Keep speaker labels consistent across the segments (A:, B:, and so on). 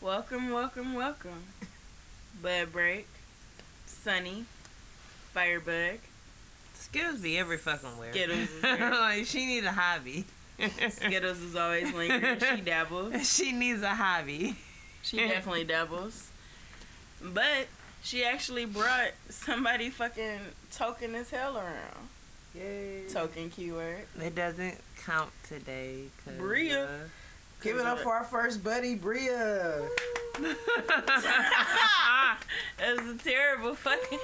A: Welcome, welcome, welcome. Bud Break, Sunny, Firebug,
B: Skittles be every fucking where.
A: Skittles is there.
B: Like, she needs a hobby.
A: Skittles is always lingering. She dabbles.
B: she needs a hobby.
A: She definitely doubles. But she actually brought somebody fucking token as hell around.
B: Yay.
A: Token keyword.
B: It doesn't count today. 'cause,
A: Bria.
B: uh,
C: Give it up for our first buddy, Bria.
A: It was a terrible fucking.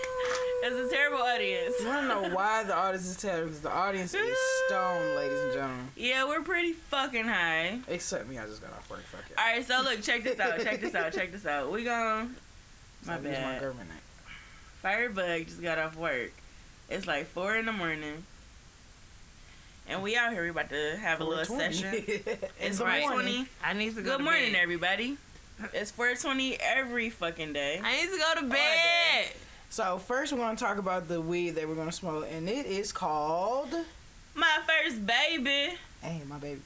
A: It was a terrible audience.
C: You want to know why the audience is terrible? Because the audience is stoned, ladies and gentlemen.
A: Yeah, we're pretty fucking high.
C: Except me, I just got off work. Fuck it.
A: All right, so look, check this out. Check this out. Check this out. We gone. My
C: I lose My
A: bad.
C: government name.
A: Firebug just got off work. It's like four in the morning, and we out here. We about to have a little
C: 420.
A: session. It's
C: Good
A: right.
C: morning.
A: twenty.
B: I need to go
A: Good
B: to
A: morning,
B: bed.
A: everybody. It's four twenty every fucking day.
B: I need to go to bed.
A: day.
C: So first, we're gonna talk about the weed that we're gonna smoke, and it is called.
A: My first baby.
C: Hey, my baby.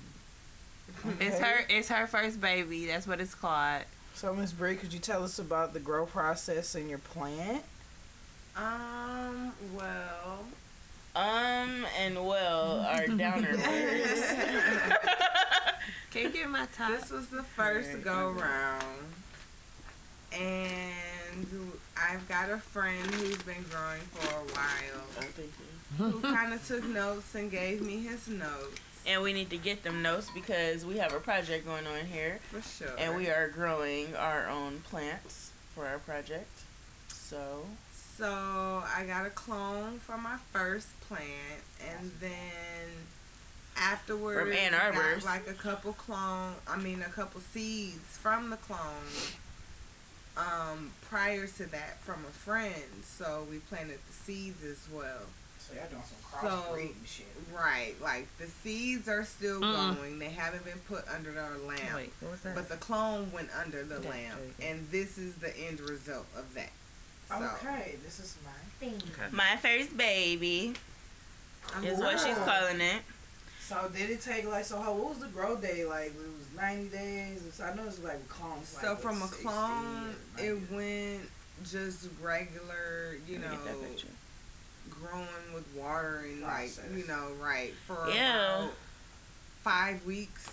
B: It's
C: Okay.
B: her it's her first baby. That's what it's called.
C: So, Miss Brie, could you tell us about the grow process in your plant?
D: Um, well,
A: Um and well are downer words.
B: Can you get my top?
D: this was the first go round. And I've got a friend who's been growing for a while who kind of took notes and gave me his notes
A: and we need to get them notes because we have a project going on here,
D: for sure.
A: and we are growing our own plants for our project. So
D: So I got a clone for my first plant, and then afterwards,
A: From Ann Arbor's.
D: got like a couple clone. I mean, a couple seeds from the clone. Um, prior to that, from a friend, so we planted the seeds as well.
C: So y'all doing some
D: crossbreeding
C: shit.
D: Right, like the seeds are still
B: Mm.
D: going. They haven't been put under our lamp,
B: Wait, what was that?
D: but the clone went under the
B: That
D: lamp,
B: too, yeah.
D: and this is the end result of that. So,
C: Okay, this is my thing.
A: my first baby
D: I'm
A: is what she's
B: Oh.
C: Wow.
A: calling it.
C: So did it take like so? How what was the grow day like? It was ninety days. So I know it's like clones.
D: So from a clone, it went just regular, you
A: Let me get
D: know,
A: that picture.
D: growing with water and
C: Process.
D: like, you know, right for
A: Yeah.
D: about five weeks,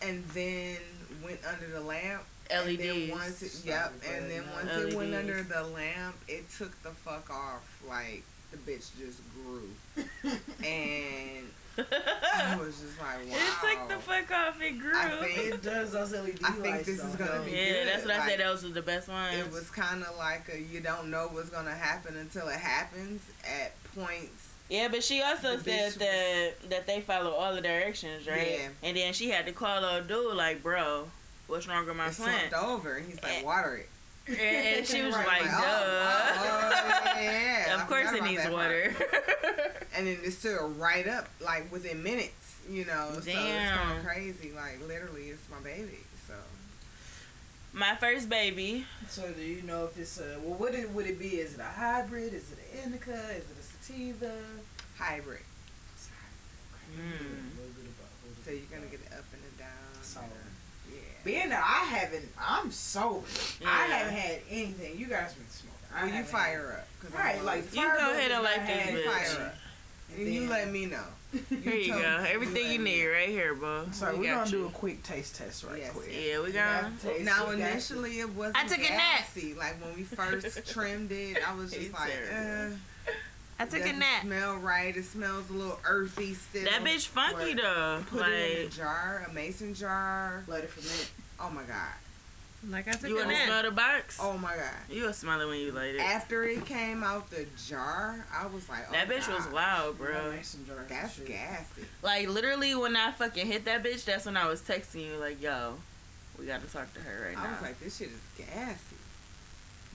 D: and then went under the lamp.
A: E
D: And then once
A: LEDs.
D: it, yep, and then once it went
A: LEDs.
D: under the lamp, it took the fuck off. Like the bitch just grew, and I was just like, wow.
A: It took the fuck off. It grew.
D: I think-
C: It does those LED
D: I think
C: lights
D: this is
C: though,
D: gonna
C: though.
D: be-
A: yeah, that's what I
D: Like,
A: said. Those are the best ones.
D: it was kind of like a you don't know what's gonna happen until it happens at points.
A: Yeah, but she also
D: The
A: said
D: bitch
A: that that they follow all the directions, right?
D: Yeah.
A: And then she had to call old dude like, bro, what's wrong with my
D: It
A: plant?
D: slumped over, and he's
A: Eh,
D: like, water it.
A: And, and she was
D: Right,
A: like,
D: oh, oh,
A: duh.
D: yeah, yeah, yeah. I
A: of course
D: forgot
A: it
D: about
A: needs
D: that part.
A: water.
D: And then it stood right up like within minutes, you know. So it's kind
A: Damn.
D: of crazy. Like literally, it's my baby. So
A: my first baby.
C: So do you know if it's a well? What it, would it be? Is it a hybrid? Is it an indica? Is it a sativa?
D: hybrid.
A: Mm.
C: A little bit of both.
D: So you're gonna get it up and a down.
C: So-
D: yeah.
C: Being that I haven't, I'm sober. I
A: Yeah.
C: haven't had anything. You guys been smoking. I
D: Well, you
C: haven't
D: fire up. 'cause
C: had-
D: I'm
C: Right,
D: gonna-
C: like
A: You go
C: Firebug
A: ahead and
C: has
A: like
C: not had
A: this bitch.
C: fire up.
D: and you
C: then-
D: let me know.
A: Here you
D: told
A: go.
D: me.
A: Everything you
D: let me
A: need right here, bro.
C: So
A: we
C: we're
A: got
C: gonna do
A: you.
C: a quick taste test right
D: Yes.
C: quick.
A: Yeah, we
C: You
A: got.
C: have to taste
D: Now
C: it, guys.
D: initially it wasn't
B: I took a nap.
D: gassy. Like when we first trimmed it, I was
A: He's
D: just like, uh,
A: terrible.
B: I took a
D: doesn't
B: nap.
D: Smell right. It smells a little earthy still.
A: That bitch funky
C: Work.
A: though.
D: Put it in a
A: Like
D: jar, a mason jar.
C: Let it ferment.
D: Oh my god.
B: Like I took
A: you
B: a
A: wanna
B: nap.
A: smell the box?
D: Oh my god.
A: You'll smell it when you light it.
D: After it came out the jar, I was like, oh
A: That
D: my
A: bitch was
D: God,
A: loud,
C: You know,
A: bro.
C: mason jars and
D: That's
C: shit.
D: gassy.
A: Like literally, when I fucking hit that bitch, that's when I was texting you like, "Yo, we gotta talk to her right
D: I
A: now."
D: was like, this shit is gassy.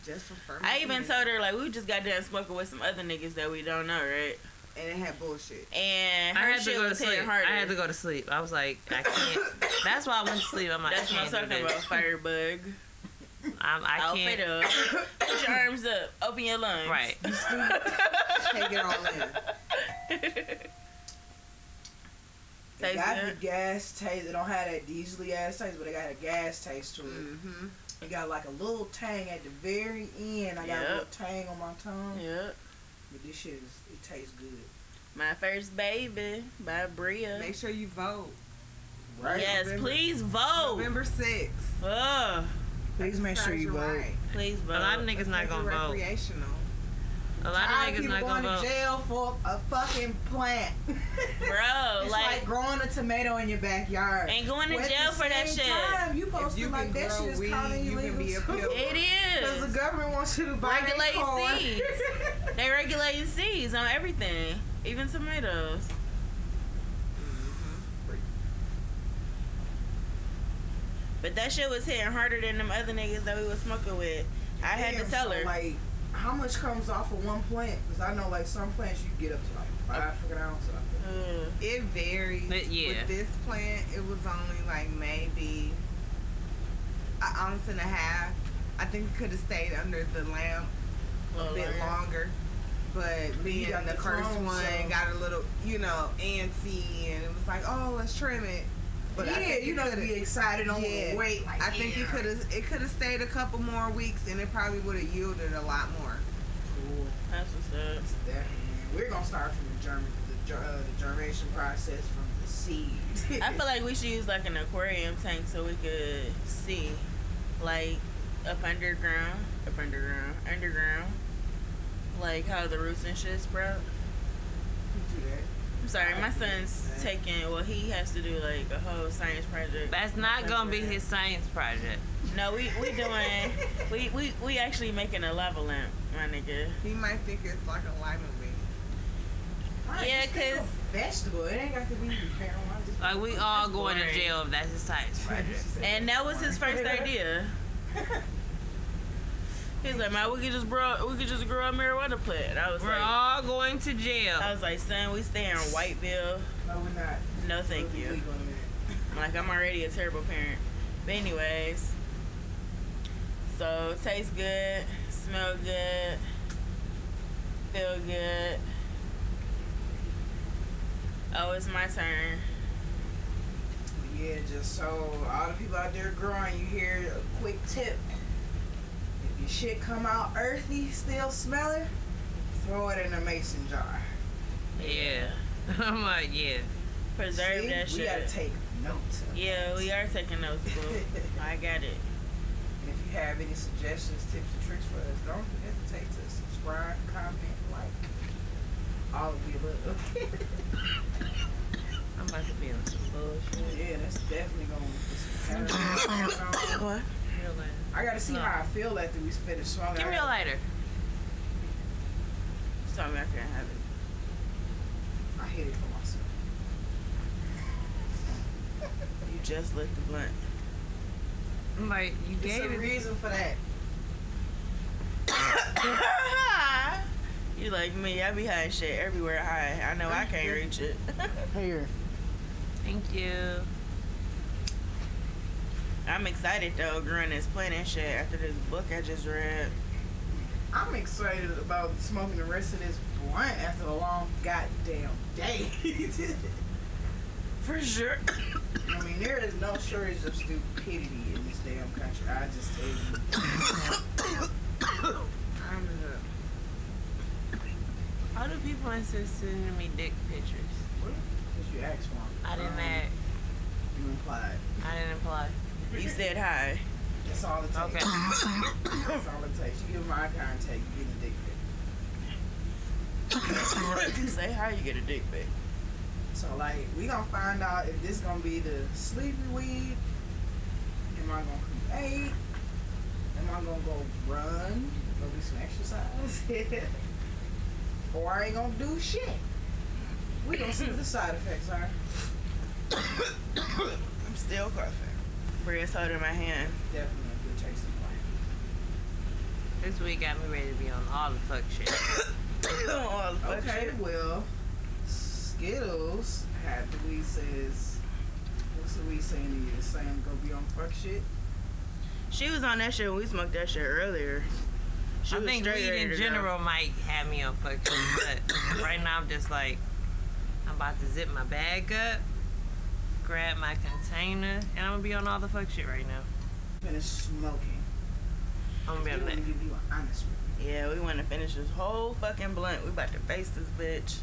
D: Just for fermenting.
A: I even told her like we just got done smoking with some other niggas that we don't know, right?
D: and it had bullshit.
A: And
B: I
A: her
B: had to
A: shit
B: go to
A: was hitting
B: sleep. I
A: harder.
B: had to go to sleep. I was like, I can't. That's why I went to sleep. I'm like,
A: That's
B: I
A: what I'm talking
B: can't do
A: about.
B: this.
A: Firebug.
B: I'm, I
A: Outfit
B: can't.
A: up. Put your arms up. Open your lungs.
B: Right.
D: Take it all in.
C: They
A: Tastes
C: got the
A: good.
C: gas taste. They don't have that diesely ass taste, but they got a gas taste to it.
D: Mm-hmm.
C: It got like a little tang at the very end. I got a
A: Yep.
C: little tang on my tongue.
A: Yep.
C: But this shit is, it tastes good.
A: My first baby by Bria.
D: Make sure you vote.
C: Right?
A: yes,
D: November-
A: please
B: Oh.
A: vote.
D: November 6th.
A: Ugh,
C: Please make sure
D: Exercise
C: you
D: your
C: vote.
D: right.
A: please
B: A
A: vote.
B: lot of niggas not
D: Make it
B: gonna vote.
D: Recreational.
B: A lot of
C: Tired
B: niggas
C: people
B: not
C: going
B: gonna
C: to
B: vote.
C: jail for a fucking plant.
A: Bro,
C: it's like,
A: like,
C: growing a tomato in your backyard.
A: ain't going to
C: But at
A: jail
C: the
A: for that
C: same
A: shit.
C: Time, you
D: If
C: posted
D: you
C: like
D: can
C: that shit
D: grow
C: is
D: weed,
C: kind of
D: you can
C: illegal.
D: be a
C: too.
D: pill.
A: It
C: Because the
A: is.
C: government wants you to buy their
A: Regulate
C: corn.
A: seeds. They regulating seeds on everything, even tomatoes.
C: Mm-hmm.
A: But that shit was hitting harder than them other niggas that we was smoking with. I had
C: Damn,
A: to tell
C: so,
A: her.
C: Like, how much comes off of one plant? Because I know, like, some plants you get up to like five fucking ounces. off of.
A: Ugh.
D: It varies.
B: But yeah.
D: With this plant, it was only like maybe an ounce and a half. I think it could have stayed under the lamp a
A: Well,
D: bit
A: like,
D: longer. But being
C: got
D: the
C: the
D: first
C: clone,
D: one
C: so-
D: got a little, you know, antsy and it was like, oh, let's trim it. But I
C: yeah,
D: think
C: you
D: it
C: know, to
D: coulda-
C: be excited on
D: Yeah.
C: the weight. Like,
D: I think
C: yeah.
D: it could have it could have stayed a couple more weeks and it probably would have yielded a lot more.
C: Cool.
A: That's what's up.
C: That's that, man. We're gonna start from the germ, the, ger- uh, the germination process from the seed.
A: I feel like we should use like an aquarium tank so we could see, like up underground, up underground, underground, like how the roots and shit sprout.
C: do that.
A: I'm sorry, my son's taking. Well, he has to do like a whole science project.
B: That's not gonna be his science project.
A: No, we we doing. We we we actually making a lava lamp, my nigga.
D: He might think it's like a lima bean.
C: Right,
A: Yeah,
C: just pick a
A: 'cause-
C: vegetable. It ain't got to be Carolina. Just
B: Like we
C: pick
B: all
A: That's
B: going to
A: boring.
B: jail if that's his science
C: one.
B: project.
C: She said
A: And that was his
C: one.
A: first idea. He's like, man, we could just grow, we could just grow a marijuana plant. And I was
B: We're
A: like,
B: all going to jail.
A: I was like, son, we stay in Whiteville.
C: no, we're not.
A: No, thank
C: We'll be
A: you.
C: legal in a minute.
A: Like I'm already a terrible parent. But anyways, so tastes good, smell good, feel good. Oh, it's my turn.
C: Yeah, just so all the people out there growing, you hear a quick tip. If your shit come out earthy, still smelling, throw it in a mason jar.
B: yeah. I'm like, yeah.
A: Preserve
C: See?
A: that
C: We gotta
A: shit.
C: take notes. of
A: yeah,
C: that.
A: we are taking notes, boo. I got it.
C: And if you have any suggestions, tips, and tricks for us, don't hesitate to subscribe, comment, like, all of the above.
B: I'm about to be on some bullshit.
C: yeah, that's definitely gonna. it's kinda-
A: What?
B: Real lighter.
C: I gotta see
B: No.
C: how I feel after we finish smoking.
B: Give
C: I
B: me a
C: gotta-
B: lighter.
A: She told me I couldn't have it.
C: I hate it for myself.
A: You just lit the blunt.
B: I'm like, you
C: There's
B: gave
C: a
B: it.
C: reason for that.
A: you like me? I be hiding shit everywhere. High. I know I can't reach it.
C: Here.
B: Thank you.
A: I'm excited though, growing this plant and shit after this book I just read.
C: I'm excited about smoking the rest of this blunt after a long goddamn day.
A: For sure.
C: I mean, there is no shortage of stupidity in this damn country. I just tell you.
D: I'm the
B: How do people insist sending me dick pictures?
C: Because you asked for 'em.
B: I didn't
C: Um,
B: ask.
C: You implied.
B: I didn't imply.
A: You said hi.
C: That's all it takes.
B: Okay.
C: That's all it takes. You give them eye contact, you get a dick pic.
A: if you say hi, you get a dick pic.
C: So, like, we gonna find out if this gonna be the sleepy weed. Am I gonna create? Am I gonna go run? Go do some exercise? or I ain't gonna do shit. We gonna see what the side effects are.
A: I'm still coughing. Bria's holding my hand.
C: Definitely a good taste of life.
B: This week got me ready to be on all the fuck shit.
A: All the fuck
C: Okay,
A: shit.
C: well, Skittles had the weed says, what's the weed saying to you? Saying go be on fuck shit?
A: She was on that shit when we smoked that shit earlier. She
B: I
A: was
B: think
A: straight
B: weed
A: ready
B: in
A: to go.
B: general might have me on fuck shit, but right now I'm just like, I'm about to zip my bag up grab my container, and I'm gonna be on all the fuck shit right now.
C: Finish smoking.
B: I'm gonna be on
C: Give
B: that.
C: you an honest review.
A: Yeah, we want to finish this whole fucking blunt. We about to face this bitch.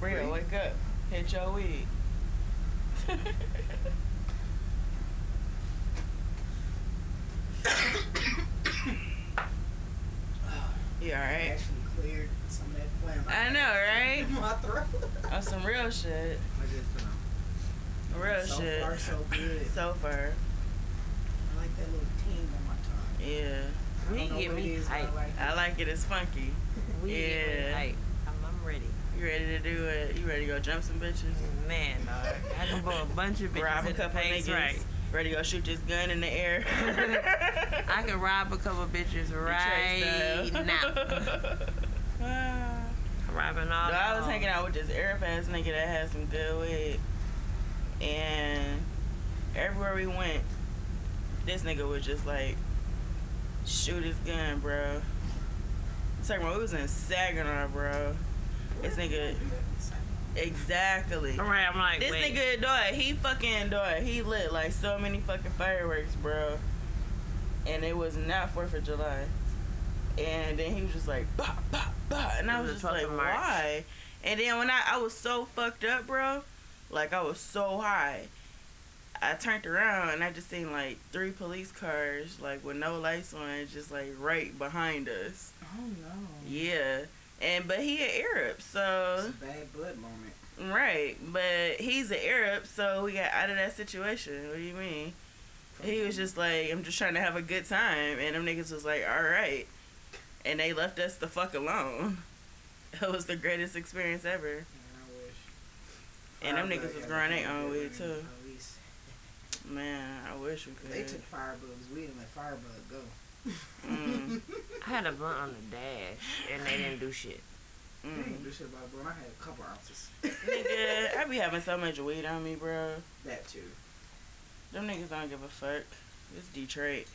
A: Real, wake up. Hit your weed. you
C: I
A: alright?
C: actually cleared some of that phlegm.
A: I know, right?
C: In my throat.
A: On Oh, some real shit.
D: Medicinal.
A: Real
C: so
A: shit.
C: far, so good.
A: So far.
C: I like that little ting on my tongue.
A: Yeah.
C: I
B: We
C: don't know
B: get
C: what it
B: me
C: is, but
B: hype.
C: I like it.
A: I like it. It's funky.
B: We get me
A: Yeah.
B: hype. I'm, I'm ready.
A: You ready to do it? You ready to go jump some bitches?
B: Man, dog. I can blow a bunch of bitches
A: Rob a
B: in the
A: couple
B: face,
A: niggas.
B: right?
A: Ready to go shoot this gun in the air?
B: I can rob a couple bitches right now.
A: now.
B: I'm robbing all.
A: So I was
B: of
A: hanging
B: them.
A: out with this Arab ass nigga that had some good wig. And everywhere we went, this nigga was just like, shoot his gun, bro. I'm talking about, we was in Saginaw, bro. This nigga, exactly.
B: All right, I'm like,
A: This
B: wait.
A: nigga dog, he fucking dog, he lit like so many fucking fireworks, bro. And it was not Fourth of July. And then he was just like, bah, bah, bah. and I
B: It was
A: was
B: the
A: just
B: 12th
A: like,
B: of March.
A: why? And then when I I was so fucked up, bro, like I was so high. I turned around and I just seen like three police cars, like with no lights on, just like right behind us.
C: Oh no.
A: Yeah, and but he an Arab,
C: It's
A: so
C: a bad blood moment.
A: Right, but he's an Arab, so we got out of that situation. What do you mean? He was just like, I'm just trying to have a good time, and them niggas was like, all right, and they left us the fuck alone. It was the greatest experience ever,
C: Man, I wish.
A: and them
C: Firebug
A: niggas was
C: had
A: growing
C: a
A: their own
C: good
A: weed
C: running
A: too.
C: police.
A: Man, I wish we
C: They
A: could.
C: took Firebug's weed and let Firebug go.
A: Mm,
B: I had a blunt on the dash, and they didn't do shit.
C: I
A: mm.
C: didn't do shit about it, but I had a couple ounces.
A: Nigga, I be having so much weed on me, bro.
C: That too.
A: Them niggas don't give a fuck. It's Detroit.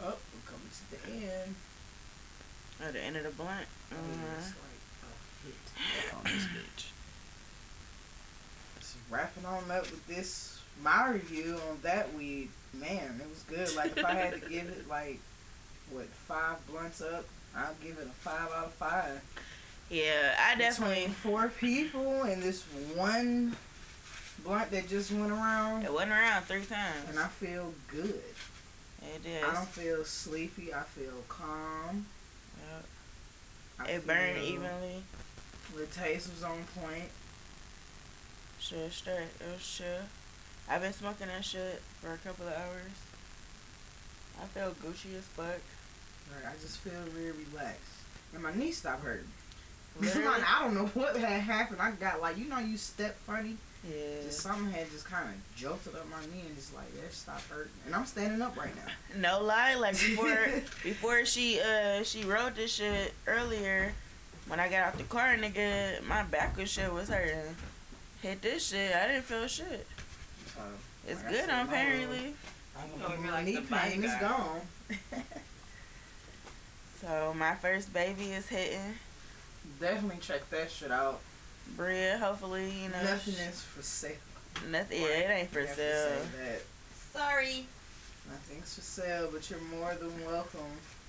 C: Up, Oh, we're coming to the end.
A: At the end of the blunt.
C: I mean,
A: Uh,
C: It's like a hit on this bitch. So wrapping on up with this, my review on that weed, man, it was good. Like if I had to give it like what five blunts up, I'll give it a five out of five.
A: yeah, I
C: Between
A: definitely.
C: four people and this one blunt that just went around,
A: It wasn't around three times.
C: and I feel good.
A: It is.
C: I don't feel sleepy. I feel calm.
A: Yep.
C: I
A: It burned
C: feel-
A: evenly.
C: The taste was on point.
A: Sure, straight. It was sure. I've been smoking that shit for a couple of hours. I feel Gucci as fuck.
C: Right, I just feel real relaxed. And my knee stopped hurting.
A: Literally.
C: Like, I don't know what had happened. I got like, you know, you step funny. Just
A: Yeah.
C: something had just kind of jolted up my knee and just like, that stopped hurting. And I'm standing up right now.
A: No lie, like before before she uh she wrote this shit earlier, when I got out the car, nigga, my back was shit was hurting. Hit this shit, I didn't feel shit.
C: so,
A: It's
C: Like I
A: good
C: said, my
A: apparently.
C: I don't
B: You gonna be
C: my
B: like
C: knee
B: the
C: pain is
B: bodyguard.
C: gone.
A: So my first baby is hitting.
C: Definitely check that shit out.
A: Bria, hopefully, you know.
C: Nothing
A: sh-
C: is for sale.
A: nothing. Yeah, it ain't
C: You
A: for
C: have to
A: sale.
C: say that.
E: Sorry
C: Nothing's for sale, but you're more than welcome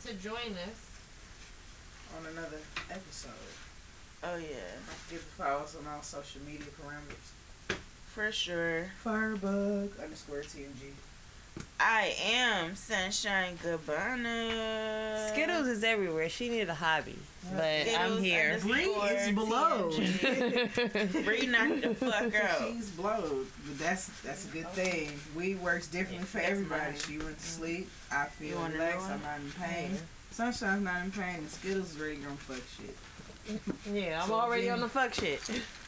E: to join us.
C: on another episode.
A: Oh yeah.
C: Don't forget to follow us on all social media parameters.
A: For sure.
C: Firebug underscore TMG.
A: I am Sunshine Gabbana.
B: Skittles is everywhere. She needed a hobby, but I'm
A: Uh, Skittles
B: here.
A: underscore
C: Bree is below.
A: TNG. Bree knocked the fuck out.
C: She's blowed, but that's that's a good thing. Weed works differently for
A: That's
C: everybody.
A: mine.
C: She went to sleep. I
A: You
C: feel
A: want another
C: relaxed.
A: one?
C: I'm not in pain. Sunshine's not in pain. And Skittles is ready to fuck shit.
B: yeah, I'm
C: So
B: already
C: then-
B: on the fuck shit.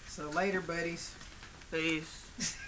C: So later, buddies.
A: Peace.